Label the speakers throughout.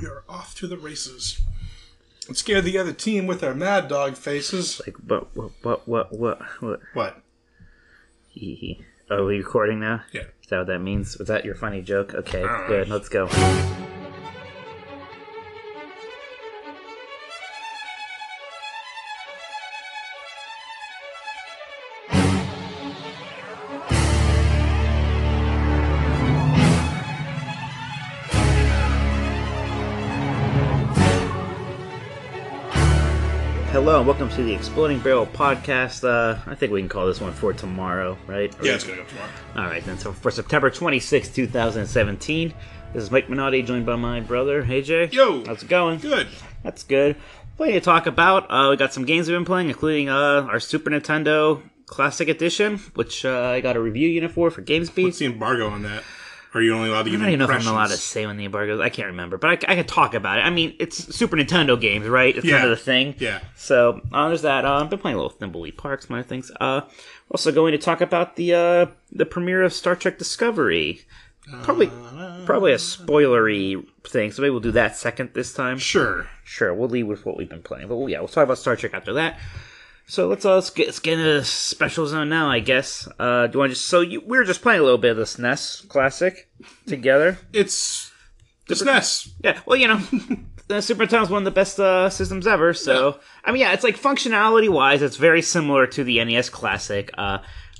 Speaker 1: we are off to the races. And scare the other team with our mad dog faces.
Speaker 2: Like what? What? What? What? What? what?
Speaker 1: What?
Speaker 2: Hee hee. Are we recording now?
Speaker 1: Yeah.
Speaker 2: Is that what that means? Was that your funny joke? Okay,
Speaker 1: don't know.
Speaker 2: good. Let's go. Hello and welcome to the Exploding Barrel podcast. Uh, I think we can call this one for tomorrow, right?
Speaker 1: Yeah, it's gonna go tomorrow.
Speaker 2: All right, then. So for September twenty sixth, 2017, this is Mike Minotti joined by my brother, AJ.
Speaker 1: Yo.
Speaker 2: Howz it going?
Speaker 1: Good.
Speaker 2: That's good. Plenty to talk about. Uh, we got some games we've been playing, including uh, our Super Nintendo Classic Edition, which uh, I got a review unit for for
Speaker 1: What's
Speaker 2: GamesBeat.
Speaker 1: the embargo on that? Are you only allowed to give
Speaker 2: I don't even know if I'm
Speaker 1: impressions?
Speaker 2: allowed to say when the embargo is. I can't remember, but I, c- I could talk about it. I mean, it's Super Nintendo games, right? It's
Speaker 1: Yeah.
Speaker 2: kind of the thing.
Speaker 1: Yeah.
Speaker 2: So uh, there's that. Uh, I've been playing a little Thimbleweed Park, some other things. Uh, we're also going to talk about the uh, the premiere of Star Trek Discovery. Probably, probably a spoilery thing. So maybe we'll do that second this time.
Speaker 1: Sure.
Speaker 2: Sure, we'll leave with what we've been playing, but we'll, yeah, we'll talk about Star Trek after that. So let's uh, let's get, let's get into the special zone now, I guess. Uh, do you want to just so you, we were just playing a little bit of the SNES classic together?
Speaker 1: It's it's SNES.
Speaker 2: Yeah, well, you know, the Super Nintendo's one of the best uh, systems ever. So I mean, yeah, it's like functionality wise, it's very similar to the NES Classic. Uh,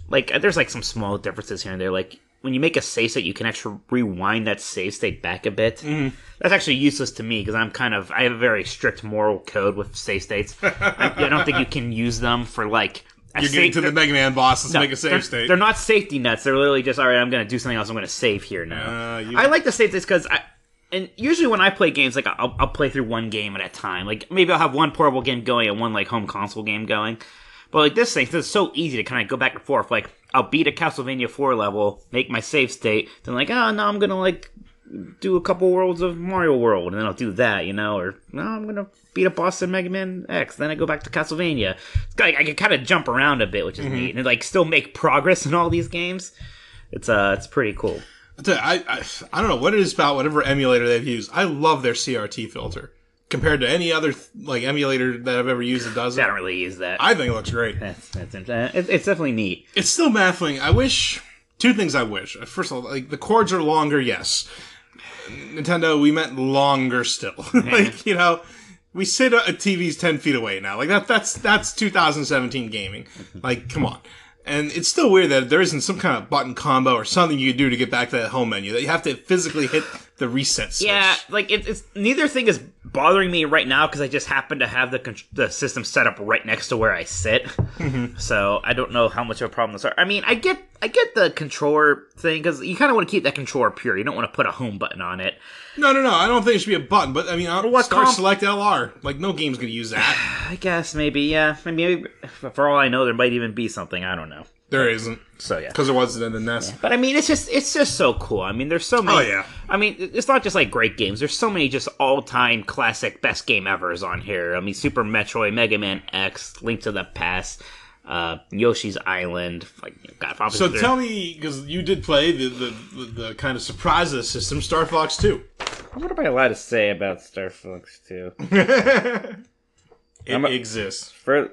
Speaker 2: like, there's like some small differences here and there. Like when you make a save state, you can actually rewind that save state back a bit.
Speaker 1: Mm-hmm.
Speaker 2: That's actually useless to me because I'm kind of I have a very strict moral code with save states. I, I don't think you can use them for like. a
Speaker 1: You're getting
Speaker 2: save-
Speaker 1: to the Mega Man boss. Let's
Speaker 2: no,
Speaker 1: make a
Speaker 2: they're,
Speaker 1: save state.
Speaker 2: They're not safety nets. They're literally just all right. I'm going to do something else. I'm going to save here now.
Speaker 1: Uh, you-
Speaker 2: I like the save states because I. And usually when I play games, like I'll, I'll play through one game at a time. Like maybe I'll have one portable game going and one like home console game going. But like this thing, this is so easy to kind of go back and forth. Like I'll beat a Castlevania four level, make my save state, then like oh no, I'm gonna like do a couple worlds of Mario World, and then I'll do that, you know, or no, I'm gonna beat a boss in Mega Man X, then I go back to Castlevania. It's like I can kind of jump around a bit, which is neat, and like still make progress in all these games. It's uh, it's pretty cool.
Speaker 1: I tell you, I, I I don't know what it is about whatever emulator they've used. I love their CRT filter compared to any other like emulator that I've ever used that does
Speaker 2: I
Speaker 1: it.
Speaker 2: don't really use that.
Speaker 1: I think it looks great.
Speaker 2: that's, that's uh, it's, it's definitely neat.
Speaker 1: It's still baffling. I wish two things. I wish first of all, like the cords are longer. Yes, Nintendo. We meant longer still. like you know, we sit at TVs ten feet away now. Like that. That's that's 2017 gaming. Like come on. And it's still weird that there isn't some kind of button combo or something you do to get back to that home menu. That you have to physically hit the reset switch.
Speaker 2: Yeah, like it, it's neither thing is bothering me right now because I just happen to have the con- the system set up right next to where I sit. So I don't know how much of a problem this are. I mean, I get I get the controller thing because you kind of want to keep that controller pure. You don't want to put a home button on it.
Speaker 1: No, no, no. I don't think it should be a button. But I mean, I'll
Speaker 2: What
Speaker 1: start
Speaker 2: comp-
Speaker 1: select LR. Like no game's gonna use that.
Speaker 2: I guess maybe yeah, I mean, maybe for all I know, there might even be something I don't know.
Speaker 1: There isn't
Speaker 2: So yeah.
Speaker 1: because there wasn't in the E NES.
Speaker 2: But I mean, it's just it's just so cool. I mean, there's so many.
Speaker 1: Oh, yeah.
Speaker 2: I mean, it's not just like great games. There's so many just all time classic best game ever's on here. I mean, Super Metroid, Mega Man X, Link to the Past, uh, Yoshi's Island. Like, you know, God, Final
Speaker 1: So
Speaker 2: Fantasy-
Speaker 1: tell me, because you did play the, the, the, the kind of surprise of the system, Star Fox 2.
Speaker 2: what am I allowed to say about Star Fox Two?
Speaker 1: It
Speaker 2: I'm a-
Speaker 1: exists.
Speaker 2: For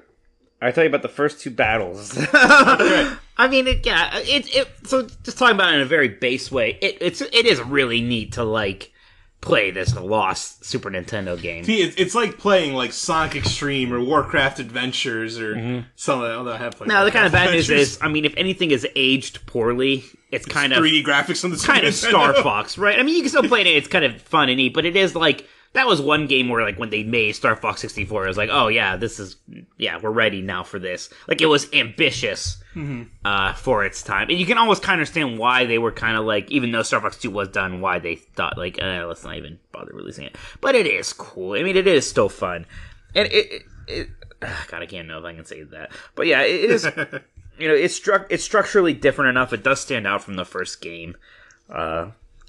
Speaker 2: I tell you about the first two battles. I mean, it, yeah, it, it. So just talking about it in a very base way, it, it's it is really neat to like play this lost Super Nintendo game.
Speaker 1: See, it, it's like playing like Sonic Extreme or Warcraft Adventures or something. Although I have played
Speaker 2: Mm-hmm. No, the kind of
Speaker 1: Warcraft
Speaker 2: bad news
Speaker 1: Adventures.
Speaker 2: is, I mean, if anything is aged poorly, it's kind of
Speaker 1: 3D graphics on the
Speaker 2: kind of
Speaker 1: Super
Speaker 2: Star
Speaker 1: Nintendo.
Speaker 2: Fox, right? I mean, you can still play it; it's kind of fun and neat, but it is like that was one game where, like, when they made Star Fox sixty four, it was like, oh yeah, this is yeah, we're ready now for this. Like, it was ambitious uh, for its time, and you can almost kind of understand why they were kind of like, even though Star Fox two was done, why they thought like, uh, let's not even bother releasing it. But it is cool. I mean, it is still fun, and it. it, it God, I can't know if I can say that, but yeah, it- it is you know it's struc- it's structurally different enough it does stand out from the first game uh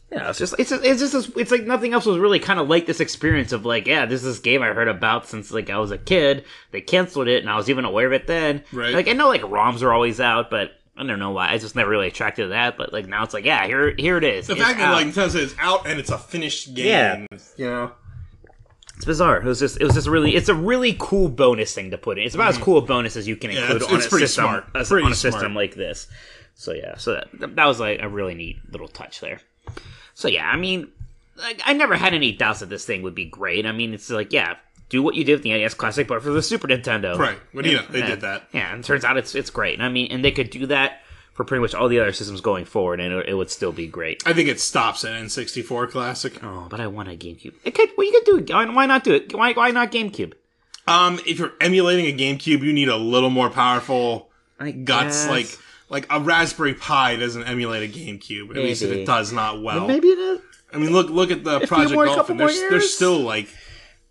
Speaker 2: yeah it's just it's just, it's just it's like nothing else was really kind of like this experience of like yeah this is this game i heard about since like i was a kid they canceled it and i was even aware of it then
Speaker 1: Right.
Speaker 2: like i know like roms are always out but i don't know why i just never really attracted to that but like now it's like yeah here here it is
Speaker 1: The fact that like Nintendo says it's out and it's a finished game.
Speaker 2: Yeah.
Speaker 1: You know?
Speaker 2: It's bizarre. It was just it was just really it's a really cool bonus thing to put in. It's about as cool a bonus as you can include
Speaker 1: Mm. it's-
Speaker 2: on
Speaker 1: it's
Speaker 2: a
Speaker 1: pretty
Speaker 2: system
Speaker 1: smart.
Speaker 2: as-
Speaker 1: Pretty
Speaker 2: on a
Speaker 1: smart.
Speaker 2: system like this. So yeah, so that, that was like a really neat little touch there. So yeah, I mean, like, I never had any doubts that this thing would be great. I mean, it's like yeah, do what you did with the NES Classic, but for the Super Nintendo,
Speaker 1: Right. What do you know? They
Speaker 2: yeah.
Speaker 1: did that.
Speaker 2: Yeah, and it turns out it's it's great. And I mean, and they could do that for pretty much all the other systems going forward, and it, it would still be great.
Speaker 1: I think it stops at N64 Classic.
Speaker 2: Oh, but I want a GameCube. It could. Well, you could do it. Why- Why not do it? Why why not GameCube?
Speaker 1: Um, if you're emulating a GameCube, you need a little more powerful
Speaker 2: I
Speaker 1: guts.
Speaker 2: guess.
Speaker 1: Like like a Raspberry Pi doesn't emulate a GameCube. At least if
Speaker 2: Maybe.
Speaker 1: it does not well.
Speaker 2: maybe it is.
Speaker 1: I mean, look look at the Project
Speaker 2: more- a
Speaker 1: Dolphin.
Speaker 2: couple
Speaker 1: They're,
Speaker 2: more
Speaker 1: they're
Speaker 2: years.
Speaker 1: still like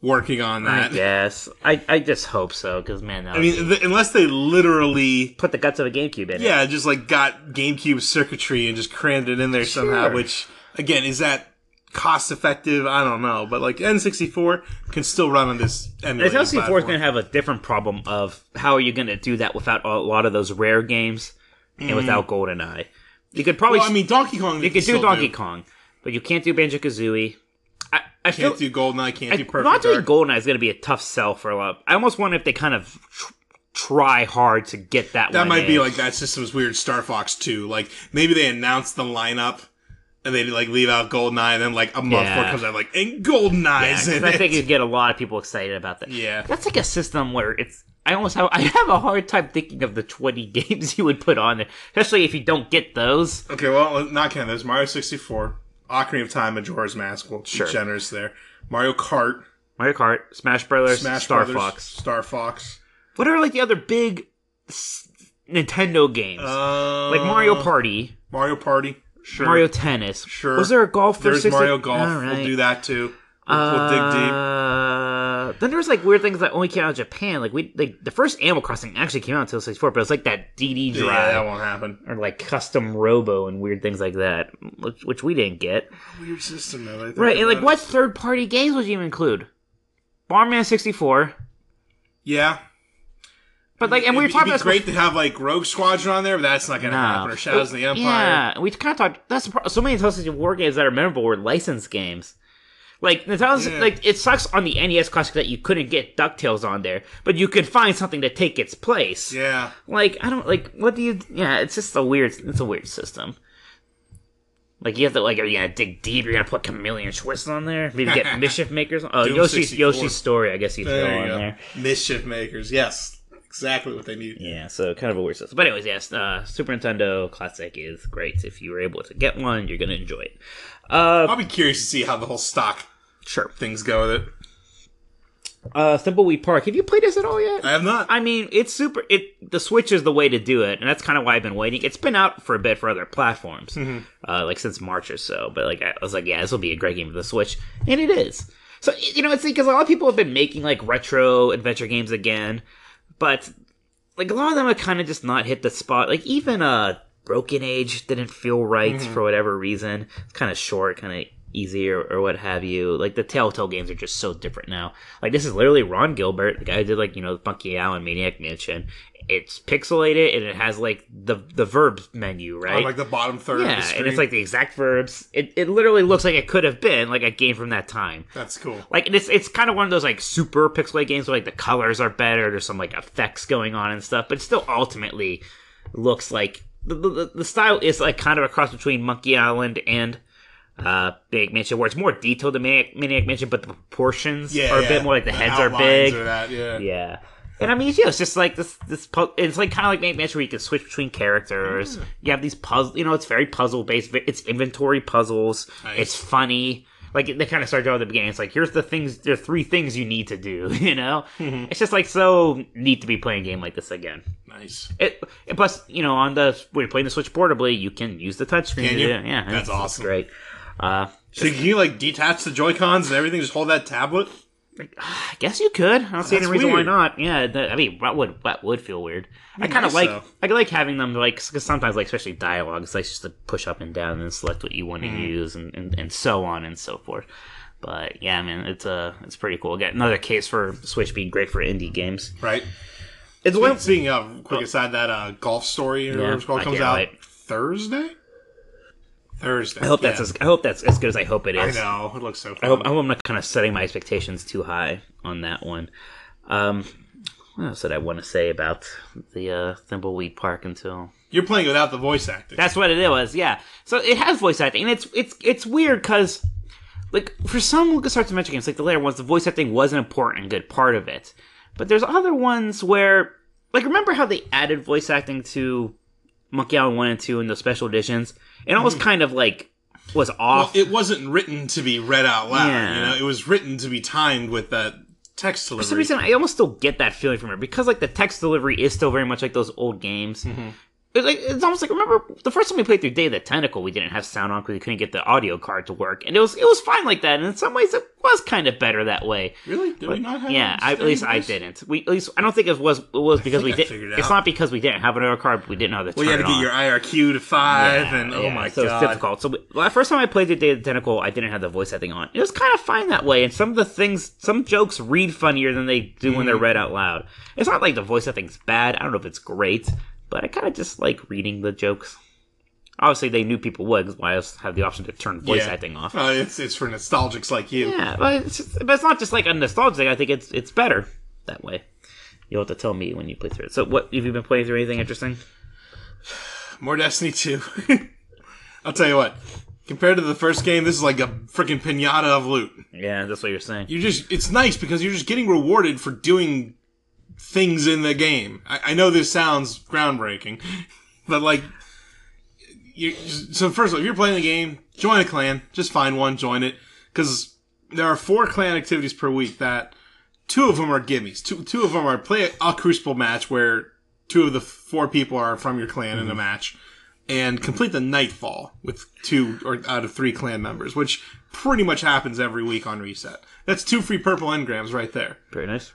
Speaker 1: working on
Speaker 2: I
Speaker 1: that.
Speaker 2: guess. I I just hope so because man, that
Speaker 1: I mean, th- unless they literally,
Speaker 2: put the guts of a GameCube in. it.
Speaker 1: yeah, just like got GameCube circuitry and just crammed it in there somehow.
Speaker 2: Sure.
Speaker 1: Which again, is that cost effective? I don't know. But like N64 can still run on this
Speaker 2: It's
Speaker 1: emulator.
Speaker 2: also
Speaker 1: platform.
Speaker 2: going to have a different problem of how are you going to do that without a lot of those rare games and without GoldenEye. You could probably
Speaker 1: Mm. Well, I mean, Donkey Kong.
Speaker 2: you could do Donkey Kong, but you can't do Banjo Kazooie. I, I feel
Speaker 1: Can't do Goldeneye. Can't do Perfect
Speaker 2: not doing
Speaker 1: Dark.
Speaker 2: GoldenEye is going to be a tough sell for a lot. I almost wonder if they kind of tr- try hard to get that.
Speaker 1: That
Speaker 2: one
Speaker 1: might be
Speaker 2: in.
Speaker 1: like that system's weird Star Fox 2. Like maybe they announce the lineup and they like leave out Goldeneye and then like a month
Speaker 2: Yeah.
Speaker 1: before it comes out like and Goldeneye's
Speaker 2: 'Cause
Speaker 1: in
Speaker 2: I
Speaker 1: it.
Speaker 2: think you'd get a lot of people excited about that.
Speaker 1: yeah.
Speaker 2: That's like a system where it's. I almost have. I have a hard time thinking of the twenty games you would put on there, especially if you don't get those.
Speaker 1: Okay, well, not counting those. Mario 64, Ocarina of Time, Majora's Mask. We'll
Speaker 2: Sure.
Speaker 1: be generous there. Mario Kart,
Speaker 2: Mario Kart, Smash Brothers,
Speaker 1: Smash
Speaker 2: Star
Speaker 1: Brothers,
Speaker 2: Fox.
Speaker 1: Star Fox.
Speaker 2: What are like the other big s- Nintendo games?
Speaker 1: Uh,
Speaker 2: like Mario Party,
Speaker 1: Mario Party. Sure.
Speaker 2: Mario Tennis.
Speaker 1: Sure.
Speaker 2: Was there a golf? for
Speaker 1: There's
Speaker 2: 60?
Speaker 1: Mario Golf.
Speaker 2: All right.
Speaker 1: We'll do that too. We'll, we'll dig deep.
Speaker 2: Uh, then there was like weird things that only came out of Japan. Like we, like the first Animal Crossing actually came out until sixty four, but it was like that DD
Speaker 1: Yeah,
Speaker 2: drive
Speaker 1: that won't happen.
Speaker 2: or like custom Robo and weird things like that, which, which we didn't get.
Speaker 1: Weird system, though. they
Speaker 2: Right,
Speaker 1: think
Speaker 2: and
Speaker 1: about
Speaker 2: like
Speaker 1: it.
Speaker 2: what third party games would you even include? Bomberman sixty four,
Speaker 1: Yeah.
Speaker 2: but like, and we were
Speaker 1: It'd be-
Speaker 2: talking
Speaker 1: it'd
Speaker 2: about
Speaker 1: be
Speaker 2: this
Speaker 1: great to have like Rogue Squadron on there, but that's not going to happen. Or Shadows of the Empire.
Speaker 2: Yeah, we kind of talked. That's the pro- so many Nintendo 64 War games that are memorable were licensed games. Like Nintendo,
Speaker 1: Yeah.
Speaker 2: like it sucks on the NES Classic that you couldn't get Ducktales on there, but you could find something to take its place.
Speaker 1: Yeah.
Speaker 2: Like I don't like what do you? Yeah, it's just a weird. It's a weird system. Like you have to like are you gonna dig deep? You're gonna put Chameleon Twist on there? Maybe get Mischief Makers? On? Oh,
Speaker 1: Doom
Speaker 2: Yoshi's
Speaker 1: 64.
Speaker 2: Yoshi's Story, I guess you
Speaker 1: There
Speaker 2: throw
Speaker 1: you
Speaker 2: on
Speaker 1: go.
Speaker 2: there.
Speaker 1: Mischief Makers. Yes. Exactly what they need.
Speaker 2: Yeah, so kind of a weird system. But anyways, yes, uh, Super Nintendo Classic is great. If you were able to get one, you're gonna enjoy it. Uh,
Speaker 1: I'll be curious to see how the whole stock
Speaker 2: sure.
Speaker 1: things go with it.
Speaker 2: Uh, Simple Wheat Park. Have you played this at all yet?
Speaker 1: I have not.
Speaker 2: I mean, it's super. It the Switch is the way to do it, and that's kind of why I've been waiting. It's been out for a bit for other platforms, uh, like since March or so. But like, I was like, yeah, this will be a great game for the Switch, and it is. So you know, it's because a lot of people have been making like retro adventure games again, but like a lot of them have kind of just not hit the spot. Like even uh, Broken Age didn't feel right
Speaker 1: Mm-hmm.
Speaker 2: for whatever reason. It's kind of short, kind of easy or, or what have you. Like the Telltale games are just so different now. Like this is literally Ron Gilbert, the guy who did like you know Funky Allen Maniac Mansion. It's pixelated and it has like the the verbs menu right.
Speaker 1: On Oh, like the bottom third of the
Speaker 2: yeah,
Speaker 1: screen.
Speaker 2: and it's like the exact verbs. It, it literally looks like it could have been like a game from that time.
Speaker 1: That's cool.
Speaker 2: Like and it's it's kind of one of those like super pixelated games where like the colors are better. There's some like effects going on and stuff, but it still ultimately looks like the, the, the style is like kind of a cross between Monkey Island and uh Maniac Mansion, where it's more detailed than Maniac, Maniac Mansion, but the proportions
Speaker 1: Yeah,
Speaker 2: are a
Speaker 1: yeah.
Speaker 2: bit more like the, heads are
Speaker 1: outlines
Speaker 2: big.
Speaker 1: Or that, yeah.
Speaker 2: Yeah. And I mean, yeah, it's just like this. This pu- it's like kind of like Manic Mansion where you can switch between characters. You have these puzzle. You know, it's very puzzle based. It's inventory puzzles.
Speaker 1: Nice.
Speaker 2: It's funny. Like they kind of start you out at the beginning. It's like here's the things. There are three things you need to do. You know,
Speaker 1: Mm-hmm.
Speaker 2: it's just like so neat to be playing a game like this again.
Speaker 1: Nice.
Speaker 2: It, and plus, you know, on the when you're playing the Switch portably, you can use the touchscreen.
Speaker 1: Can
Speaker 2: to
Speaker 1: you?
Speaker 2: do it. Yeah,
Speaker 1: That's awesome.
Speaker 2: Great. Uh,
Speaker 1: So can you like detach the Joy Cons and everything? Just hold that tablet.
Speaker 2: I guess you could. I don't see any
Speaker 1: That's
Speaker 2: reason
Speaker 1: weird.
Speaker 2: why not. Yeah, that, I mean, that would that would feel weird. I kind
Speaker 1: nice,
Speaker 2: of like
Speaker 1: though.
Speaker 2: I like having them like because sometimes like especially dialogue, it's like just to push up and down and select what you want to
Speaker 1: Mm-hmm.
Speaker 2: use and, and and so on and so forth. But yeah, I mean, it's uh, it's pretty cool. Again, another case for Switch being great for indie games.
Speaker 1: Right.
Speaker 2: It's
Speaker 1: Well, Speaking of, quick aside, that uh, golf story or whatever it's called
Speaker 2: I
Speaker 1: comes
Speaker 2: can't
Speaker 1: out
Speaker 2: wait.
Speaker 1: Thursday. Thursday.
Speaker 2: I hope that's as, I hope that's as good as I hope it
Speaker 1: I
Speaker 2: is.
Speaker 1: know it looks so. Fun.
Speaker 2: I hope, I hope I'm not kind of setting my expectations too high on that one. Um, what else did I want to say about the uh, Thimbleweed Park until
Speaker 1: You're playing without the voice acting.
Speaker 2: that's what it was? Yeah. So it has voice acting, and it's it's it's weird because like for some LucasArts Adventure games, like the later ones, the voice acting was an important and good part of it. But there's other ones where like remember how they added voice acting to Monkey Island One and Two in the special editions? It almost kind of like was
Speaker 1: Well,
Speaker 2: off.
Speaker 1: it wasn't written to be read out loud.
Speaker 2: Yeah.
Speaker 1: You know, it was written to be timed with that text delivery.
Speaker 2: for some reason, I almost still get that feeling from it because like the text delivery is still very much like those old games.
Speaker 1: Mm-hmm.
Speaker 2: It's like it's almost like remember the first time we played through Day of the Tentacle, we didn't have sound on because we couldn't get the audio card to work, and it was it was fine like that. And in some ways, it was kind of better that way.
Speaker 1: really? Did we not have?
Speaker 2: Yeah, I, at least I
Speaker 1: voice?
Speaker 2: didn't. We at least I don't think it was it was because we
Speaker 1: think I
Speaker 2: did.
Speaker 1: figured it
Speaker 2: It's
Speaker 1: out.
Speaker 2: not because we didn't have an audio card, but we didn't know how to
Speaker 1: Well,
Speaker 2: turn
Speaker 1: you had to
Speaker 2: it
Speaker 1: get
Speaker 2: on.
Speaker 1: your IRQ to five, and oh
Speaker 2: Yeah,
Speaker 1: my
Speaker 2: so
Speaker 1: god,
Speaker 2: it's difficult. So we- well, the first time I played the Day of the Tentacle, I didn't have the voice acting on. It was kind of fine that way, and some of the things, some jokes read funnier than they do when they're read out loud. It's not like the voice acting's bad. I don't know if it's great, but I kind of just like reading the jokes. Obviously, they knew people would, 'cause why else have the option to turn voice
Speaker 1: Yeah.
Speaker 2: acting off?
Speaker 1: Uh, it's it's for nostalgics like you.
Speaker 2: Yeah, but it's, just, but it's not just like a nostalgia thing. I think it's it's better that way. You'll have to tell me when you play through it. So, what have you been playing through? Anything interesting?
Speaker 1: More Destiny two. I'll tell you what. Compared to the first game, this is like a freaking pinata of loot.
Speaker 2: Yeah, that's what you're saying.
Speaker 1: you're just it's nice because you're just getting rewarded for doing things in the game i, I know this sounds groundbreaking but like you so first of all if you're playing the game join a clan just find one join it because there are four clan activities per week that two of them are gimmies two, two of them are play a, a crucible match where two of the four people are from your clan in a match and complete the nightfall with two or out of three clan members, which pretty much happens every week on reset. That's two free purple engrams right there.
Speaker 2: Very nice.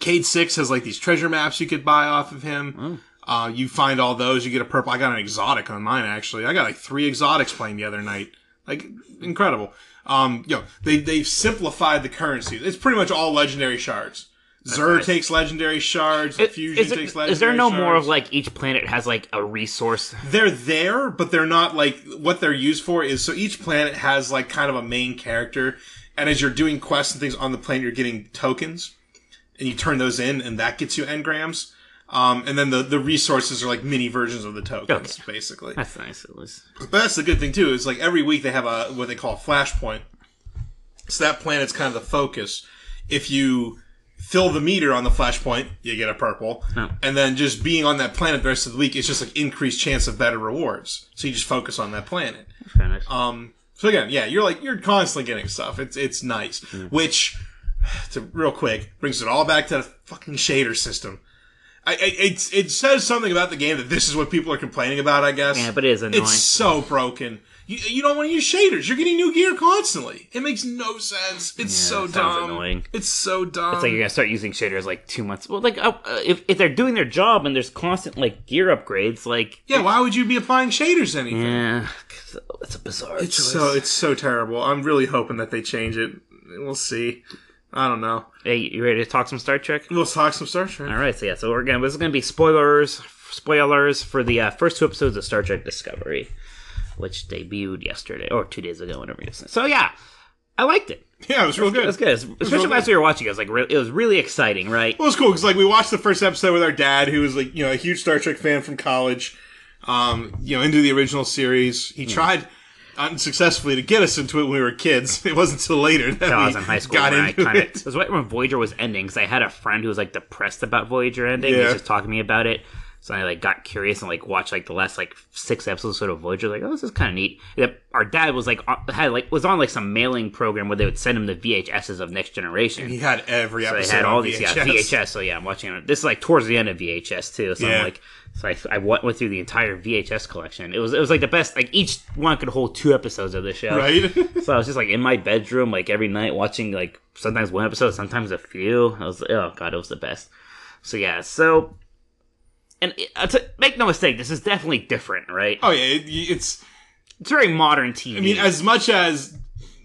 Speaker 1: Cade Six has like these treasure maps you could buy off of him.
Speaker 2: Oh.
Speaker 1: Uh, you find all those, you get a purple. I got an exotic on mine actually. I got like three exotics playing the other night. Like incredible. Um, yo, they they've simplified the currency. It's pretty much all legendary shards. Xur
Speaker 2: nice.
Speaker 1: takes legendary shards.
Speaker 2: It-
Speaker 1: Fusion
Speaker 2: is, it-
Speaker 1: takes legendary.
Speaker 2: is there no
Speaker 1: shards.
Speaker 2: more of like each planet has like a resource?
Speaker 1: they're there, but they're not like what they're used for is so each planet has like kind of a main character, and as you're doing quests and things on the planet, you're getting tokens, and you turn those in, and that gets you engrams. Um, and then the, the resources are like mini versions of the tokens, basically.
Speaker 2: That's nice. At least.
Speaker 1: But that's the good thing too. Is like every week they have a what they call a flashpoint. So that planet's kind of the focus. If you fill the meter on the flashpoint, you get a purple. And then just being on that planet the rest of the week is just like increased chance of better rewards. So you just focus on that planet.
Speaker 2: Very nice.
Speaker 1: Um, so again, yeah, you're like you're constantly getting stuff. It's it's nice. Which, to real quick, brings it all back to the fucking shader system. I, I it's it says something about the game that this is what people are complaining about. I guess.
Speaker 2: yeah, but it is annoying.
Speaker 1: It's so broken. You, you don't want to use shaders. You're getting new gear constantly. It makes no sense. It's so
Speaker 2: it sounds
Speaker 1: dumb.
Speaker 2: annoying.
Speaker 1: It's so dumb.
Speaker 2: It's like you're gonna start using shaders like two months. Well, like uh, uh, if if they're doing their job and there's constant like gear upgrades, like
Speaker 1: yeah, why would you be applying shaders anything?
Speaker 2: yeah, it's a- it's a bizarre.
Speaker 1: It's
Speaker 2: choice.
Speaker 1: so it's so terrible. I'm really hoping that they change it. We'll see. I don't know.
Speaker 2: Hey, you ready to talk some Star Trek?
Speaker 1: We'll talk some Star Trek.
Speaker 2: All right, so yeah, so we're gonna this is gonna be spoilers, spoilers for the uh, first two episodes of Star Trek Discovery, which debuted yesterday or two days ago, whenever you listen. So yeah, I liked it.
Speaker 1: Yeah, it was real good.
Speaker 2: That's good, especially
Speaker 1: real
Speaker 2: last we were watching. It was like re- it was really exciting, right?
Speaker 1: Well, it was cool because like we watched the first episode with our dad, who was like you know a huge Star Trek fan from college, um, you know into the original series.
Speaker 2: Hmm.
Speaker 1: He tried unsuccessfully to get us into it when we were kids. It wasn't until later that
Speaker 2: I was
Speaker 1: we
Speaker 2: in high school
Speaker 1: got
Speaker 2: when I
Speaker 1: into
Speaker 2: kind of
Speaker 1: it.
Speaker 2: it was right when Voyager was ending because I had a friend who was like depressed about Voyager ending. He
Speaker 1: Yeah.
Speaker 2: was just talking to me about it. So I like got curious and like watched like the last like six episodes sort of Voyager. Like, oh, this is kind of neat. And then our dad was like on- had like was on like some mailing program where they would send him the VHSs of Next Generation.
Speaker 1: He had every
Speaker 2: So
Speaker 1: episode.
Speaker 2: they had all
Speaker 1: on
Speaker 2: these
Speaker 1: VHS.
Speaker 2: yeah VHS. So yeah, I'm watching it. This is like towards the end of VHS too. So
Speaker 1: Yeah.
Speaker 2: I'm like, so I, I went, went through the entire VHS collection. It was it was like the best. Like each one could hold two episodes of the show.
Speaker 1: Right?
Speaker 2: So I was just like in my bedroom, like every night, watching like sometimes one episode, sometimes a few. I was oh god, it was the best. So yeah, so and it, uh, to make no mistake, this is definitely different, right?
Speaker 1: oh yeah, it, it's.
Speaker 2: It's very modern TV.
Speaker 1: I mean, as much as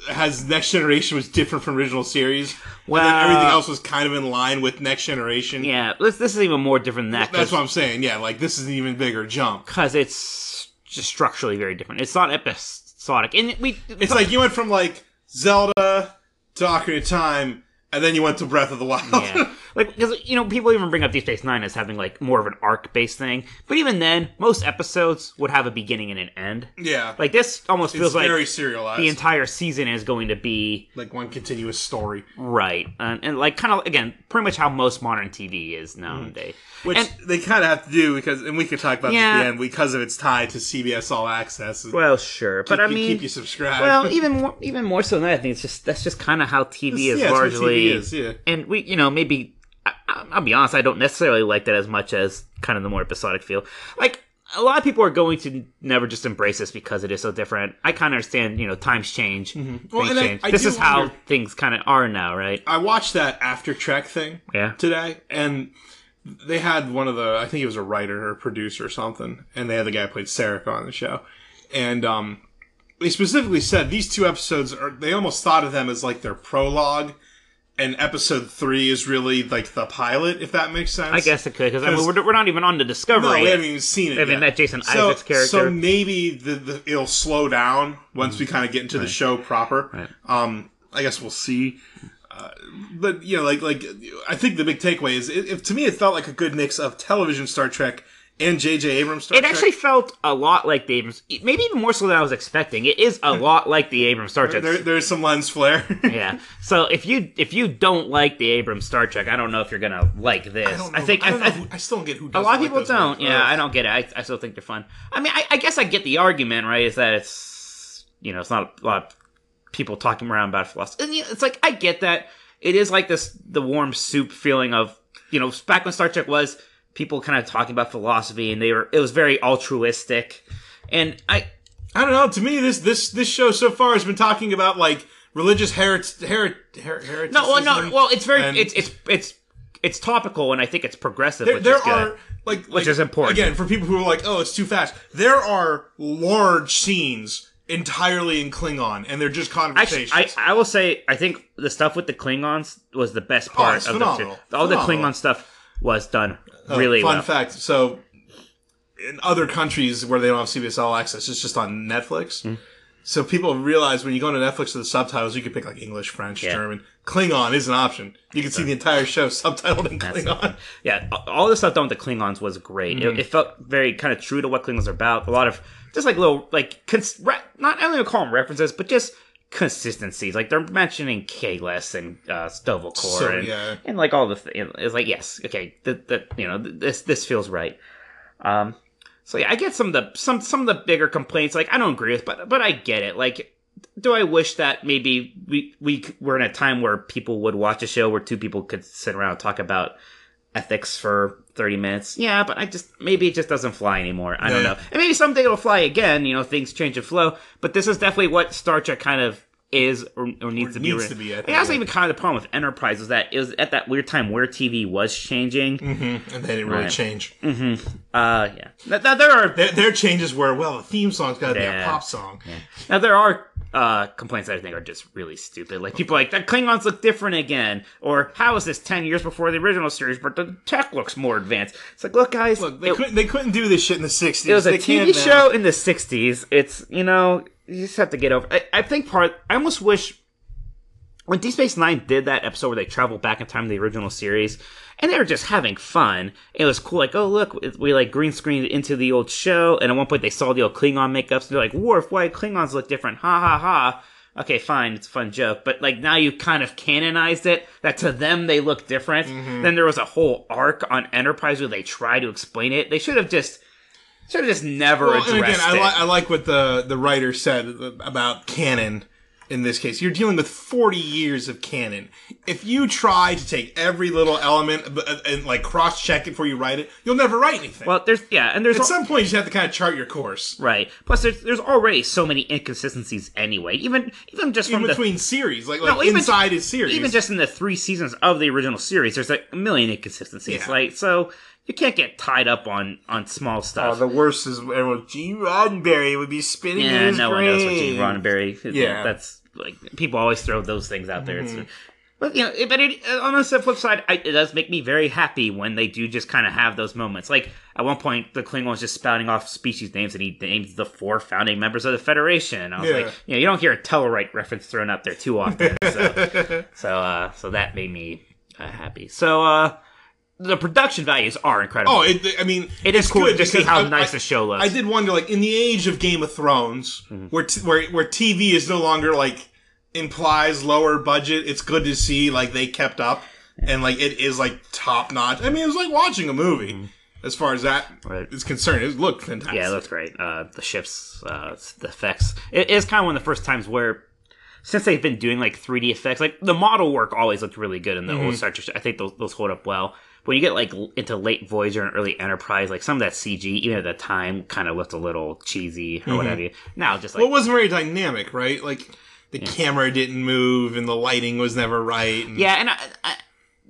Speaker 1: as Next Generation was different from original series, and then
Speaker 2: Well-
Speaker 1: everything else was kind of in line with Next Generation.
Speaker 2: yeah, this this is even more different than that.
Speaker 1: That's
Speaker 2: 'cause-
Speaker 1: what I'm saying. Yeah, like this is an even bigger jump.
Speaker 2: because it's just structurally very different. It's not episodic, and we
Speaker 1: It's like you went from like Zelda to Ocarina of Time, and then you went to Breath of the Wild.
Speaker 2: yeah. Like, because, you know, people even bring up Deep Space Nine as having, like, more of an arc based thing. But even then, most episodes would have a beginning and an end.
Speaker 1: Yeah.
Speaker 2: Like, this almost
Speaker 1: it's
Speaker 2: feels like
Speaker 1: very serialized.
Speaker 2: the entire season is going to be
Speaker 1: like one continuous story.
Speaker 2: right. And, and like, kind of, again, pretty much how most modern TV is nowadays.
Speaker 1: Which
Speaker 2: And-
Speaker 1: they kind of have to do because, and we could talk about this
Speaker 2: Yeah.
Speaker 1: at the end because of its tie to CBS All Access.
Speaker 2: well, sure. But I
Speaker 1: You
Speaker 2: mean,
Speaker 1: keep you subscribed.
Speaker 2: well, even more, even more so than that, I think it's just that's just kind of how TV
Speaker 1: yeah,
Speaker 2: is
Speaker 1: it's what
Speaker 2: largely.
Speaker 1: TV is, yeah.
Speaker 2: And we, you know, maybe I, I- I'll be honest, I don't necessarily like that as much as kind of the more episodic feel. Like a lot of people are going to never just embrace this because it is so different. I kind of understand, you know, times change,
Speaker 1: Mm-hmm. Well,
Speaker 2: things
Speaker 1: and I-
Speaker 2: change.
Speaker 1: I
Speaker 2: this
Speaker 1: do
Speaker 2: is how
Speaker 1: wonder-
Speaker 2: things kind of are now, right?
Speaker 1: I watched that After Trek thing
Speaker 2: Yeah.
Speaker 1: today, and they had one of the I think it was a writer or producer or something, and they had the guy who played Sarek on the show, and um, they specifically said these two episodes are they almost thought of them as like their prologue, and episode three is really like the pilot, if that makes sense.
Speaker 2: I guess it could because I mean,
Speaker 1: 'Cause-
Speaker 2: we're, we're not even on the
Speaker 1: No,
Speaker 2: discovery.
Speaker 1: we
Speaker 2: yet.
Speaker 1: haven't even seen it.
Speaker 2: haven't
Speaker 1: yet.
Speaker 2: met Jason
Speaker 1: so,
Speaker 2: Isaac's character. Mm.
Speaker 1: So maybe the, the it'll slow down once we kind of get into the show proper.
Speaker 2: Right.
Speaker 1: Um, I guess we'll see. Uh, but you know, like like I think the big takeaway is, it, it, to me, it felt like a good mix of television Star Trek and J.J. Abrams Star
Speaker 2: It
Speaker 1: Trek.
Speaker 2: actually felt a lot like the Abrams, maybe even more so than I was expecting. It is a lot like the Abrams Star Trek
Speaker 1: there, there's some lens flare.
Speaker 2: yeah. So if you if you don't like the Abrams Star Trek, I don't know if you're gonna like this. I,
Speaker 1: don't know-
Speaker 2: think
Speaker 1: I, don't
Speaker 2: I-
Speaker 1: know who- I still don't get who.
Speaker 2: a
Speaker 1: Doesn't
Speaker 2: lot of
Speaker 1: like
Speaker 2: people
Speaker 1: those
Speaker 2: don't.
Speaker 1: movies.
Speaker 2: Yeah, I don't get it. I, I still think they're fun. I mean, I, I guess I get the argument, right? Is that it's you know it's not a lot of people talking around about philosophy. And, you know, it's like I get that. It is like this the warm soup feeling of you know back when Star Trek was people kind of talking about philosophy and they were it was very altruistic, and I
Speaker 1: I don't know. To me, this this this show so far has been talking about like religious herit herit her- hereticism.
Speaker 2: no well no well it's very
Speaker 1: and-
Speaker 2: it's it's it's it's topical and I think it's progressive.
Speaker 1: there,
Speaker 2: which
Speaker 1: there
Speaker 2: is good.
Speaker 1: are like which
Speaker 2: is important.
Speaker 1: again for people who are like oh it's too fast there are large scenes entirely in klingon and they're just
Speaker 2: Actually,
Speaker 1: conversations
Speaker 2: I, I will say I think the stuff with the Klingons was the best
Speaker 1: Oh,
Speaker 2: part
Speaker 1: it's
Speaker 2: of
Speaker 1: phenomenal.
Speaker 2: the two. All
Speaker 1: Phenomenal.
Speaker 2: the Klingon stuff was done
Speaker 1: Uh,
Speaker 2: really
Speaker 1: fun
Speaker 2: well.
Speaker 1: fact so in other countries where they don't have cbs all access it's just on netflix
Speaker 2: Hmm.
Speaker 1: so people realize when you go to netflix with the subtitles you can pick like english french
Speaker 2: Yeah.
Speaker 1: german klingon is an option you can see the entire show subtitled in klingon
Speaker 2: yeah, a- all the stuff done with the Klingons was great. It, it felt very kind of true to what Klingons are about. A lot of just like little like cons- re- not I don't even call them references, but just consistencies. Like they're mentioning Kalis and uh, Stovall
Speaker 1: So,
Speaker 2: and,
Speaker 1: yeah.
Speaker 2: and like all the th- you know, it's like yes, okay, that that you know th- this this feels right. Um, so yeah, I get some of the some some of the bigger complaints. Like I don't agree with, but but I get it. Like, do I wish that maybe we we c- were in a time where people would watch a show where two people could sit around and talk about ethics for thirty minutes? Yeah, but I just maybe it just doesn't fly anymore. I don't
Speaker 1: Yeah.
Speaker 2: know, and maybe someday it'll fly again. You know, things change and flow. But this is definitely what Star Trek kind of is or, or needs to be.
Speaker 1: needs
Speaker 2: re-
Speaker 1: to be, I
Speaker 2: And
Speaker 1: think,
Speaker 2: that's
Speaker 1: yeah.
Speaker 2: even kind of the problem with Enterprise is that it was at that weird time where TV was changing.
Speaker 1: Mm-hmm. and they didn't really change
Speaker 2: Mm. Uh, yeah. Now, now there are
Speaker 1: their, their changes were well the theme song's got to be a
Speaker 2: Yeah.
Speaker 1: pop song
Speaker 2: Now there are uh, complaints that I think are just really stupid. Like people are like the Klingons look different again, or how is this ten years before the original series, but the tech looks more advanced? It's like, look, guys,
Speaker 1: Look, they
Speaker 2: it,
Speaker 1: couldn't they couldn't do this shit in the '60s.
Speaker 2: it was a
Speaker 1: They
Speaker 2: TV
Speaker 1: can't now.
Speaker 2: show in the '60s. It's you know you just have to get over. I, I think part. I almost wish when Deep Space Nine did that episode where they travel back in time to the original series, and they were just having fun. It was cool. Like, oh look, we like green screened into the old show, and at one point they saw the old Klingon makeups. And they're like, Worf, why Klingons look different? Ha ha ha. Okay, fine, it's a fun joke, but like now you kind of canonized it that to them they look different.
Speaker 1: Mm-hmm.
Speaker 2: Then there was a whole arc on Enterprise where they try to explain it. They should have just should have just never
Speaker 1: Well,
Speaker 2: addressed
Speaker 1: and again, I,
Speaker 2: it.
Speaker 1: li- I like what the the writer said about canon. In this case, you're dealing with 40 years of canon. If you try to take every little element b- uh, and like cross check it before you write it, you'll never write anything.
Speaker 2: well, there's yeah, and there's
Speaker 1: At
Speaker 2: al-
Speaker 1: some point, you just have to kind of chart your course.
Speaker 2: right. Plus, there's there's already so many inconsistencies anyway. Even even just
Speaker 1: In
Speaker 2: from the
Speaker 1: between series, like, like
Speaker 2: No, even-
Speaker 1: inside his series.
Speaker 2: even just in the three seasons of the original series, there's like a million inconsistencies.
Speaker 1: Yeah.
Speaker 2: Like so, you can't get tied up on on small
Speaker 1: Oh,
Speaker 2: stuff.
Speaker 1: Uh, worst is everyone, Gene Roddenberry would be spinning in
Speaker 2: yeah,
Speaker 1: his
Speaker 2: no one knows what
Speaker 1: grave.
Speaker 2: Gene Roddenberry.
Speaker 1: Yeah. Mm-hmm.
Speaker 2: that's like people always throw those things out there. It's, But you know, it- but it, uh, on the flip side, I, it does make me very happy when they do just kind of have those moments. Like at one point, the Klingon's just spouting off species names, and he names the four founding members of the Federation. I was
Speaker 1: Yeah.
Speaker 2: like, you know, you don't hear a Tellarite reference thrown out there too often. So, so, uh, so that made me uh, happy. So, uh, the production values are incredible.
Speaker 1: Oh, it, I mean,
Speaker 2: it is
Speaker 1: it's
Speaker 2: cool
Speaker 1: good
Speaker 2: to see
Speaker 1: because
Speaker 2: how
Speaker 1: I-
Speaker 2: nice
Speaker 1: I-
Speaker 2: the show looks.
Speaker 1: I did wonder, like, in the age of Game of Thrones,
Speaker 2: Mm-hmm.
Speaker 1: where, t- where where TV is no longer like implies lower budget, it's good to see like they kept up and like it is like top notch. I mean, it was like watching a movie as far as that is
Speaker 2: Right.
Speaker 1: concerned. It looked fantastic.
Speaker 2: Mm-hmm. Yeah, that's great. Uh, the ships, uh, the effects. It is kind of one of the first times where, since they've been doing like 3D effects, like the model work always looked really good in the
Speaker 1: Mm-hmm.
Speaker 2: old Star Trek. show. I think those, those hold up well. When you get like l- into late Voyager and early Enterprise, like some of that CG, even at the time, kind of looked a little cheesy or what have you. Now, just like
Speaker 1: Mm-hmm. well, it wasn't very dynamic, right? Like the camera didn't move and the lighting was never right. And,
Speaker 2: Yeah, and I, I,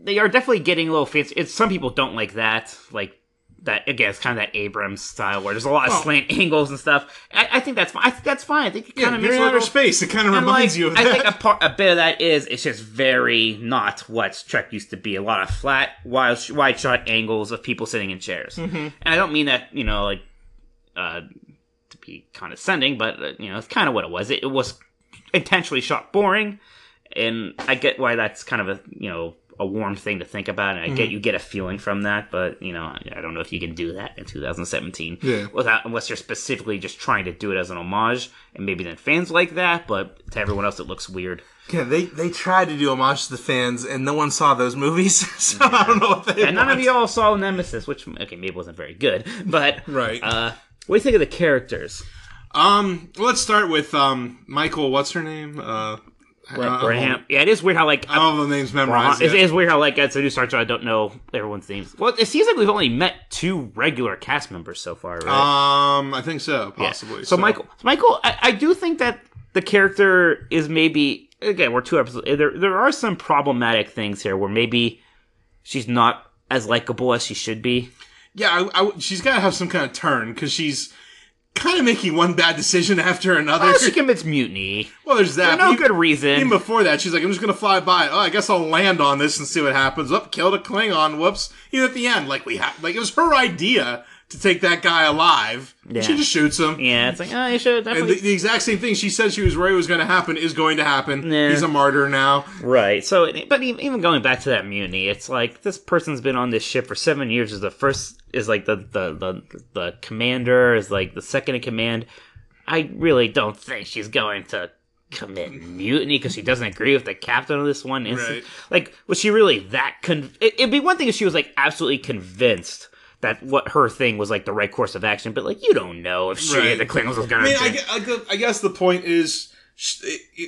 Speaker 2: they are definitely getting a little fancy. It's, some people don't like that, like that again. It's kind of that Abrams style where there's a lot of
Speaker 1: Well-
Speaker 2: slant angles and stuff. I, I think that's fine. I think that's fine. I think it kind
Speaker 1: yeah,
Speaker 2: of
Speaker 1: you're
Speaker 2: makes
Speaker 1: in
Speaker 2: a
Speaker 1: outer
Speaker 2: little.
Speaker 1: space. It kind of
Speaker 2: and,
Speaker 1: reminds
Speaker 2: like,
Speaker 1: you of
Speaker 2: I
Speaker 1: that.
Speaker 2: think a, part, a bit of that is it's just very not what Trek used to be. A lot of flat, wide, wide shot angles of people sitting in chairs,
Speaker 1: Mm-hmm.
Speaker 2: and I don't mean that you know like uh, to be condescending, but uh, you know it's kind of what it was. It, it was intentionally shot boring, and I get why that's kind of a you know a warm thing to think about, and I
Speaker 1: Mm-hmm.
Speaker 2: get you get a feeling from that, but you know I I don't know if you can do that in 2017
Speaker 1: Yeah.
Speaker 2: without unless you're specifically just trying to do it as an homage, and maybe then fans like that, but to everyone else it looks weird.
Speaker 1: Yeah, they they tried to do homage to the fans, and no one saw those movies, so I don't know what they.
Speaker 2: And none of y'all saw Nemesis, which okay maybe wasn't very good, but
Speaker 1: Right.
Speaker 2: Uh, what do you think of the characters?
Speaker 1: Um, let's start with um Michael. What's her name? Uh, uh,
Speaker 2: Graham. Yeah, it is weird how like
Speaker 1: I don't have the names memorized.
Speaker 2: Uh, it's,
Speaker 1: yet.
Speaker 2: it's weird how like it's a new Star Trek. I don't know everyone's names. Well, it seems like we've only met two regular cast members so far, right?
Speaker 1: um, I think so,
Speaker 2: Yeah.
Speaker 1: possibly.
Speaker 2: So, Michael, so Michael, I, I do think that the character is maybe again we're two episodes. There there are some problematic things here where maybe she's not as likable as she should be.
Speaker 1: yeah, I, I, she's got to have some kind of turn because she's kind of making one bad decision after another.
Speaker 2: Well, Oh, she commits mutiny
Speaker 1: well, there's
Speaker 2: for
Speaker 1: that.
Speaker 2: no
Speaker 1: but even-
Speaker 2: good reason.
Speaker 1: Even before that, she's like, "I'm just gonna fly by. Oh, I guess I'll land on this and see what happens." Up, killed a Klingon. Whoops. Even at the end, like we ha- like it was her idea to take that guy alive.
Speaker 2: Yeah.
Speaker 1: She just shoots him.
Speaker 2: yeah, it's like oh, you should
Speaker 1: And
Speaker 2: definitely
Speaker 1: the, the exact same thing she said she was worried was going to happen is going to happen.
Speaker 2: Yeah.
Speaker 1: He's a martyr now.
Speaker 2: Right. So, it- but e- even going back to that mutiny, it's like this person's been on this ship for seven years. Is the first is like the the the, the commander is like the second in command. I really don't think she's going to commit mutiny because she doesn't agree with the captain of this one instance. Like, was she really that con? It, it'd be one thing if she was like absolutely convinced. That what her thing was like the right course of action, but like you don't know if she
Speaker 1: Right.
Speaker 2: the Klingons was gonna.
Speaker 1: I mean, I,
Speaker 2: do-
Speaker 1: gue- I gue- I guess the point is, sh-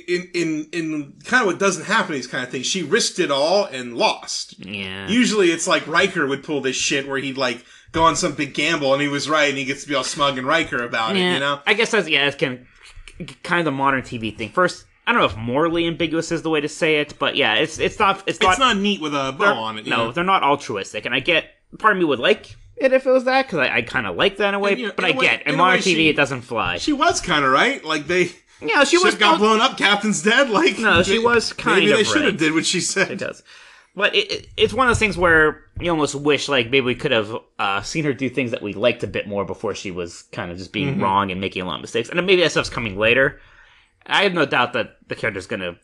Speaker 1: in in in kind of what doesn't happen in these kind of things, she risked it all and lost.
Speaker 2: yeah.
Speaker 1: Usually, it's like Riker would pull this shit where he'd like go on some big gamble and he was right and he gets to be all smug and Riker about it. You know,
Speaker 2: I guess that's yeah, that's kind of, kind of the modern TV thing. First, I don't know if morally ambiguous is the way to say it, but yeah, it's it's not it's not,
Speaker 1: it's not neat with a bow on it. you
Speaker 2: no,
Speaker 1: know?
Speaker 2: they're not altruistic, and I get part of me would like it if it was that because I, I kind of like that in a way,
Speaker 1: And, you know,
Speaker 2: but I
Speaker 1: in a way-
Speaker 2: get in
Speaker 1: in a
Speaker 2: modern
Speaker 1: way
Speaker 2: TV
Speaker 1: she-
Speaker 2: it doesn't fly.
Speaker 1: she was kind of right. Like they.
Speaker 2: yeah, she was
Speaker 1: ship got
Speaker 2: don't-
Speaker 1: blown up. Captain's dead. Like
Speaker 2: No, she
Speaker 1: they-
Speaker 2: was kind
Speaker 1: Maybe
Speaker 2: of
Speaker 1: they should
Speaker 2: right.
Speaker 1: have did what she
Speaker 2: It
Speaker 1: said.
Speaker 2: does. But it, it, it's one of those things where you almost wish, like, maybe we could have uh, seen her do things that we liked a bit more before she was kind of just being
Speaker 1: Mm-hmm.
Speaker 2: wrong and making a lot of mistakes. And maybe that stuff's coming later. I have no doubt that the character's going to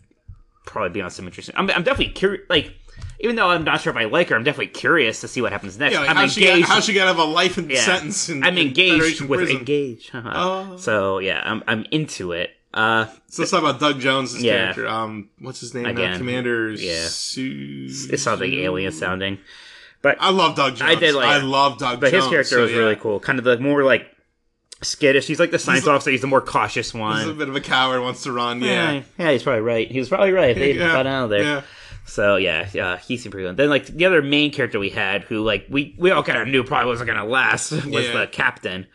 Speaker 2: probably be on some interesting. I'm, I'm definitely curious. Like, even though I'm not sure if I like her, I'm definitely curious to see what happens next.
Speaker 1: Yeah, like
Speaker 2: I'm
Speaker 1: how
Speaker 2: engaged.
Speaker 1: she got, how she got to have a life in
Speaker 2: Yeah.
Speaker 1: sentence. In,
Speaker 2: I'm
Speaker 1: in
Speaker 2: engaged
Speaker 1: Federation
Speaker 2: with
Speaker 1: prison.
Speaker 2: engaged.
Speaker 1: Oh.
Speaker 2: So yeah, I'm I'm into it. Uh,
Speaker 1: So let's talk about Doug Jones'
Speaker 2: Yeah.
Speaker 1: character. Um, what's his name? Now?
Speaker 2: Again.
Speaker 1: Commander.
Speaker 2: Yeah.
Speaker 1: Su-
Speaker 2: it's something alien sounding, but
Speaker 1: I love Doug Jones.
Speaker 2: I did like-
Speaker 1: I love Doug
Speaker 2: But
Speaker 1: Jones.
Speaker 2: his character
Speaker 1: so
Speaker 2: was
Speaker 1: yeah.
Speaker 2: really cool. Kind of the more like skittish. He's like the science officer. He's the more cautious
Speaker 1: He's a
Speaker 2: one.
Speaker 1: bit of a coward. Wants to run. Yeah.
Speaker 2: Yeah, yeah, he's probably right. He was probably right. They
Speaker 1: Yeah.
Speaker 2: got out of there.
Speaker 1: Yeah.
Speaker 2: So yeah, yeah, he seemed pretty good. Then like the other main character we had, who like we we all kind of knew probably wasn't gonna last, was
Speaker 1: Yeah.
Speaker 2: the captain.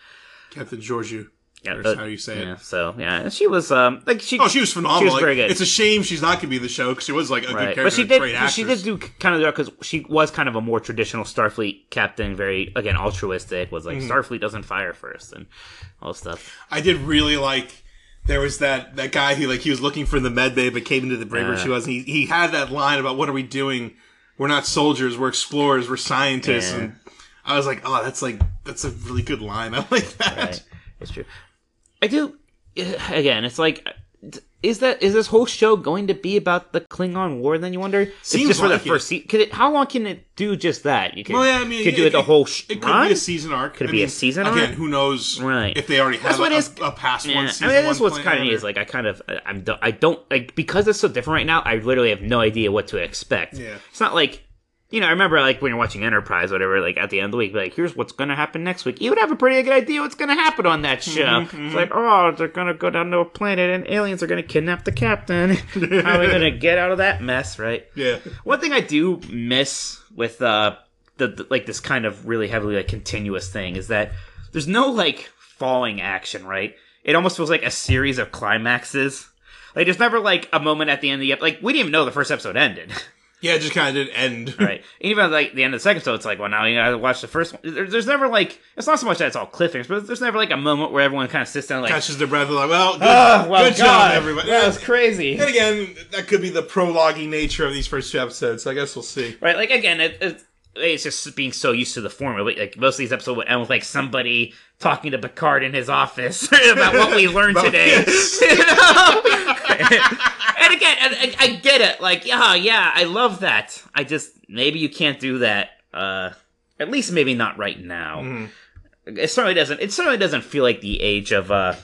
Speaker 1: Captain Georgiou.
Speaker 2: Yeah, uh,
Speaker 1: That's how you say it.
Speaker 2: yeah, So yeah, and she was um like she
Speaker 1: Oh, she was phenomenal.
Speaker 2: She was
Speaker 1: Like,
Speaker 2: very good.
Speaker 1: It's a shame she's not going to be in the show because she was like a good
Speaker 2: Right.
Speaker 1: character.
Speaker 2: But she
Speaker 1: and a great
Speaker 2: did.
Speaker 1: actress.
Speaker 2: She did do kind of because she was kind of a more traditional Starfleet captain, very again
Speaker 1: Mm-hmm.
Speaker 2: altruistic. Was like Starfleet doesn't fire first and all this stuff.
Speaker 1: I did really like there was that that guy who like he was looking for the med bay but came into the bravery she was and he, he had that line about what are we doing we're not soldiers we're explorers we're scientists
Speaker 2: Yeah.
Speaker 1: and i was like oh that's like that's a really good line i like that
Speaker 2: Right. It's true. I do. Again, it's like, is that is this whole show going to be about the Klingon War? Then you wonder.
Speaker 1: Seems
Speaker 2: it's just for
Speaker 1: like
Speaker 2: the first
Speaker 1: it.
Speaker 2: se- could it- How long can it do just that? You could,
Speaker 1: well yeah i mean
Speaker 2: could do it, the whole sh-
Speaker 1: it could
Speaker 2: run?
Speaker 1: be a season arc could
Speaker 2: it be a season
Speaker 1: again
Speaker 2: arc?
Speaker 1: who knows
Speaker 2: Right.
Speaker 1: if they already have
Speaker 2: That's what
Speaker 1: a,
Speaker 2: it is-
Speaker 1: a past
Speaker 2: Yeah,
Speaker 1: one season
Speaker 2: I mean, that's
Speaker 1: one
Speaker 2: what's
Speaker 1: plan
Speaker 2: kind of neat.
Speaker 1: or-
Speaker 2: Is like I kind of I- I'm do- I don't like because it's so different right now. I literally have no idea what to expect.
Speaker 1: Yeah.
Speaker 2: it's not like you know. I remember like when you're watching Enterprise, or whatever. Like at the end of the week, like here's what's gonna happen next week. You would have a pretty good idea what's gonna happen on that show. It's like oh, they're gonna go down to a planet and aliens are gonna kidnap the captain. How are we gonna get out of that mess, right?
Speaker 1: yeah
Speaker 2: One thing I do miss with uh the, the like this kind of really heavily like continuous thing is that there's no like falling action, right? It almost feels like a series of climaxes. Like there's never like a moment at the end of the ep- like we didn't even know the first episode ended,
Speaker 1: yeah it just kind of did end
Speaker 2: right? And even like the end of the second episode, it's like well now you gotta watch the first one. There, there's never like it's not so much that it's all cliffhangers, but there's never like a moment where everyone kind of sits down and, like.
Speaker 1: catches their breath like well good,
Speaker 2: Oh, well,
Speaker 1: good
Speaker 2: God,
Speaker 1: job everybody
Speaker 2: That was crazy.
Speaker 1: and again that could be the prologuing nature of these first two episodes so i guess we'll see
Speaker 2: Right, like again, it, it's it's just being so used to the formula. But, Like most of these episodes would end with like somebody talking to Picard in his office about what we learned
Speaker 1: About-
Speaker 2: today.
Speaker 1: yes.
Speaker 2: You know? and again, and, and I get it. Like, yeah, yeah, I love that. I just maybe you can't do that. Uh, at least maybe not right now. It certainly doesn't. It certainly doesn't feel like the age of uh,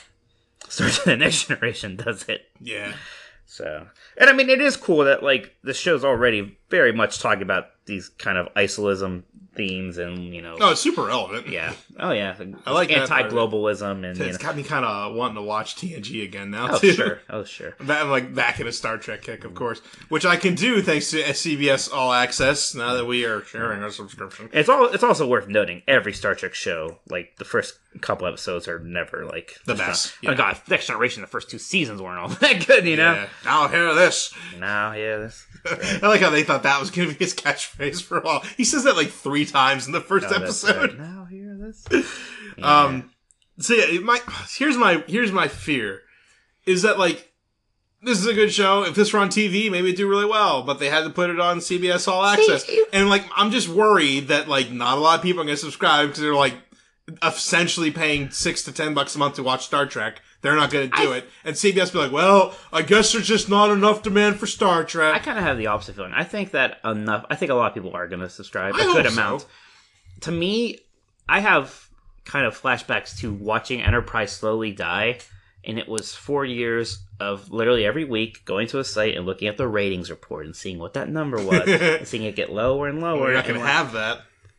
Speaker 2: Star Trek: The Next Generation, does it?
Speaker 1: yeah
Speaker 2: So, and I mean, it is cool that like the show's already very much talking about these kind of isolism themes, and you know,
Speaker 1: no it's super relevant
Speaker 2: yeah, oh yeah,
Speaker 1: Oh. I like that part of it.
Speaker 2: anti-globalism, and you
Speaker 1: It's
Speaker 2: know,
Speaker 1: got me kind of wanting to watch TNG again now
Speaker 2: oh
Speaker 1: too.
Speaker 2: sure, Mm. oh sure,
Speaker 1: That- I'm like back in a Star Trek kick, of course, which I can do thanks to CBS All Access now that we are sharing our subscription.
Speaker 2: it's all. It's also worth noting every Star Trek show, like the first couple episodes, are never like
Speaker 1: The
Speaker 2: it's not-
Speaker 1: best,
Speaker 2: Oh
Speaker 1: yeah.
Speaker 2: god, Next Generation, the first two seasons weren't all that good, you know.
Speaker 1: Yeah. Now hear this.
Speaker 2: Now, yeah, this, oh,
Speaker 1: I like how they thought that was going to be his catchphrase for all. He says that like three times in the first
Speaker 2: Oh, that's right.
Speaker 1: episode.
Speaker 2: Now, here, this.
Speaker 1: Um, so yeah, my here's my here's my fear is that like this is a good show. If this were on TV, maybe it'd do really well. But they had to put it on CBS All Access,
Speaker 2: you-
Speaker 1: and like I'm just worried that like not a lot of people are going to subscribe because they're like essentially paying six to ten bucks a month to watch Star Trek. They're not going to do it, and CBS be like, well, I guess there's just not enough demand for Star
Speaker 2: I
Speaker 1: Trek.
Speaker 2: kind of have the opposite feeling. I think that enough. I think a lot of people are going to subscribe. a
Speaker 1: I
Speaker 2: good
Speaker 1: hope so.
Speaker 2: amount. To me, I have kind of flashbacks to watching Enterprise slowly die, and it was four years of literally every week going to a site and looking at the ratings report and seeing what that number was, and seeing it get lower and lower.
Speaker 1: We're not
Speaker 2: and,
Speaker 1: going to
Speaker 2: like-
Speaker 1: have that.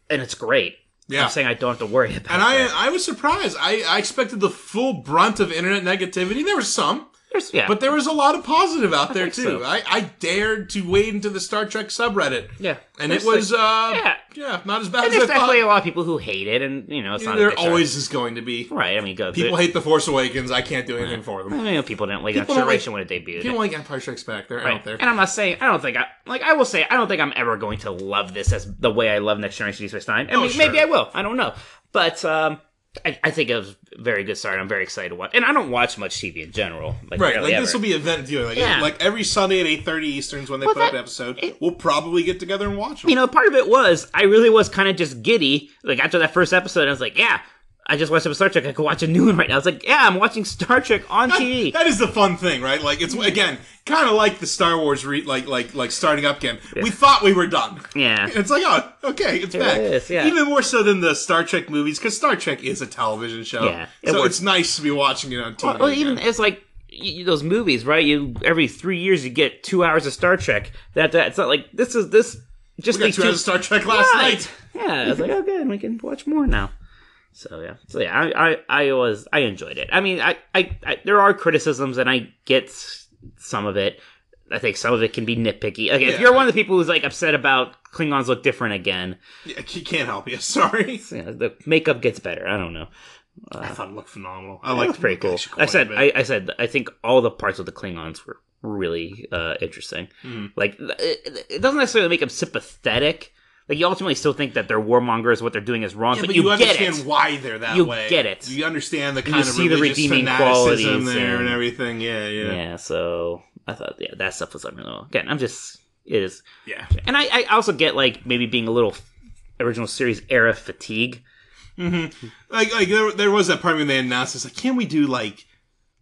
Speaker 2: and it's great.
Speaker 1: Yeah.
Speaker 2: I'm saying I don't have to worry about.
Speaker 1: And
Speaker 2: that.
Speaker 1: I, I was surprised. I, I expected the full brunt of internet negativity. There was some.
Speaker 2: There's- yeah,
Speaker 1: But there was a lot of positive out there
Speaker 2: think
Speaker 1: too.
Speaker 2: so.
Speaker 1: I, I dared to wade into the Star Trek subreddit.
Speaker 2: yeah,
Speaker 1: And
Speaker 2: There's
Speaker 1: it was
Speaker 2: like-
Speaker 1: uh yeah.
Speaker 2: yeah.
Speaker 1: not as bad
Speaker 2: And
Speaker 1: as I
Speaker 2: there's definitely
Speaker 1: thought.
Speaker 2: a lot of people who hate it, and you know, it's not. a
Speaker 1: There
Speaker 2: big shock.
Speaker 1: always is going to be.
Speaker 2: right. I mean, go,
Speaker 1: People hate The Force Awakens, I can't do anything for them.
Speaker 2: I mean, people didn't like
Speaker 1: People
Speaker 2: that
Speaker 1: don't like-
Speaker 2: generation when it debuted.
Speaker 1: People like Empire Strikes Back, they're out there.
Speaker 2: And I'm not saying I don't think I like I will say I don't think I'm ever going to love this as the way I love Next Generation Deep Space Nine. I mean,
Speaker 1: Oh, sure.
Speaker 2: maybe I will. I don't know, but um, I, I think it was very good start. I'm very excited to watch, and I don't watch much TV in general. Like,
Speaker 1: Right,
Speaker 2: barely
Speaker 1: like
Speaker 2: ever.
Speaker 1: this will be event viewing. Like,
Speaker 2: Yeah.
Speaker 1: like every Sunday at eight thirty Eastern's when they put up an
Speaker 2: that-
Speaker 1: episode. we'll probably get together and watch them.
Speaker 2: you know, part of it was I really was kind of just giddy. Like after that first episode, I was like, yeah. I just watched some Star Trek. I could watch a new one right now. It's like, yeah, I'm watching Star Trek on TV.
Speaker 1: That is the fun thing, right? Like it's again kind of like the Star Wars, re- like like like starting up again. We thought we were done.
Speaker 2: Yeah.
Speaker 1: it's like oh, okay, it's back.
Speaker 2: is, yeah.
Speaker 1: Even more so than the Star Trek movies, because Star Trek is a television show.
Speaker 2: Yeah, it
Speaker 1: so
Speaker 2: works.
Speaker 1: it's nice to be watching it on TV.
Speaker 2: Well,
Speaker 1: again.
Speaker 2: even it's like you, you- those movies, right? You every three years you get two hours of Star Trek. That that it's not like this is this just
Speaker 1: we got
Speaker 2: these
Speaker 1: two hours of Star Trek last
Speaker 2: Right.
Speaker 1: night.
Speaker 2: Yeah, it's like oh good, we can watch more now. So yeah, so yeah, I I, I was I enjoyed it. I mean, I, I I there are criticisms, and I get s- some of it. I think some of it can be nitpicky. Like
Speaker 1: Yeah.
Speaker 2: if you're one of the people who's like upset about Klingons look different again,
Speaker 1: Yeah, he can't help you. Sorry,
Speaker 2: you know, the makeup gets better. I don't know.
Speaker 1: I thought it looked phenomenal. I
Speaker 2: That
Speaker 1: like
Speaker 2: was pretty cool. I said, I, I said, I think all the parts of the Klingons were
Speaker 1: Hmm.
Speaker 2: really uh, interesting. Like, it, it doesn't necessarily make them sympathetic, Like you ultimately still think that they're warmongers, what they're doing is wrong,
Speaker 1: Yeah,
Speaker 2: but,
Speaker 1: but you,
Speaker 2: get
Speaker 1: understand
Speaker 2: it.
Speaker 1: why they're that
Speaker 2: You
Speaker 1: way.
Speaker 2: get it.
Speaker 1: You understand the kind
Speaker 2: you
Speaker 1: of
Speaker 2: see the
Speaker 1: religious
Speaker 2: redeeming
Speaker 1: fanaticism
Speaker 2: qualities
Speaker 1: there and,
Speaker 2: and-
Speaker 1: everything. Yeah, yeah, yeah.
Speaker 2: Yeah, so I thought yeah, that stuff was unreal. Again, I'm just it is,
Speaker 1: yeah.
Speaker 2: and I, I also get like maybe being a little original series era fatigue.
Speaker 1: Like, like there, there was that part when they announced this. Like, can we do like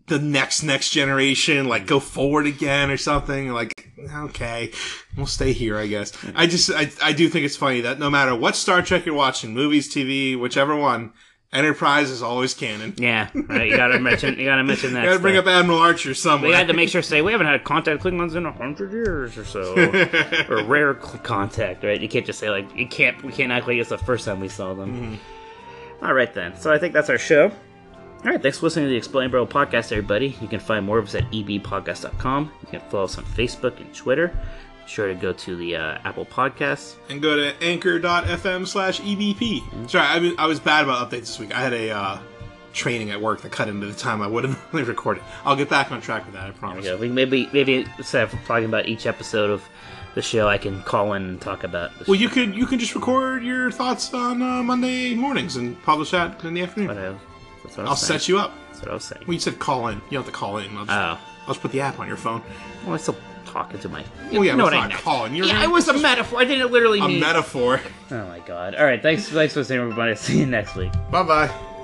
Speaker 1: the next next generation? Like, go forward again or something? Like, okay, we'll stay here, I guess. I just, I, I do think it's funny that no matter what Star Trek you're watching, movies, TV, whichever one, Enterprise is always canon.
Speaker 2: Yeah, right. You gotta mention you gotta mention that.
Speaker 1: You gotta bring
Speaker 2: stuff.
Speaker 1: up Admiral Archer somewhere.
Speaker 2: They had to make sure to say we haven't had contact with Klingons in a hundred years or so, or rare c- contact, right? You can't just say like you can't we can't act like it's the first time we saw them.
Speaker 1: Mm-hmm.
Speaker 2: All right then. So I think that's our show. All right, thanks for listening to the Explain Bro podcast, everybody. You can find more of us at E ebpodcast.com. You can follow us on Facebook and Twitter. Be sure to go to the uh, Apple Podcasts.
Speaker 1: and go to anchor.fm slash
Speaker 2: Mm-hmm.
Speaker 1: EVP. Sorry, I, was- I was bad about updates this week. I had a uh, training at work that cut into the time I would have normally recorded. I'll get back on track with that, I
Speaker 2: There
Speaker 1: promise.
Speaker 2: we go. We maybe maybe instead of talking about each episode of the show, I can call in and talk about. The
Speaker 1: Well, you could you can just record your thoughts on uh, Monday mornings and publish that in the afternoon.
Speaker 2: What I, that's what I
Speaker 1: I'll
Speaker 2: was saying.
Speaker 1: set you up.
Speaker 2: That's what I was saying.
Speaker 1: Well, you said call in. You don't have to call in. I'll just,
Speaker 2: oh.
Speaker 1: I'll just put the app on your phone.
Speaker 2: Well, I'm Oh, still talking to my.
Speaker 1: Well, Oh, yeah,
Speaker 2: You know
Speaker 1: it's
Speaker 2: what I
Speaker 1: not
Speaker 2: meant.
Speaker 1: calling. You're
Speaker 2: yeah, it was a metaphor. I didn't literally
Speaker 1: a
Speaker 2: mean.
Speaker 1: metaphor.
Speaker 2: oh my god! All right, thanks, thanks for listening, everybody. See you next week.
Speaker 1: Bye bye.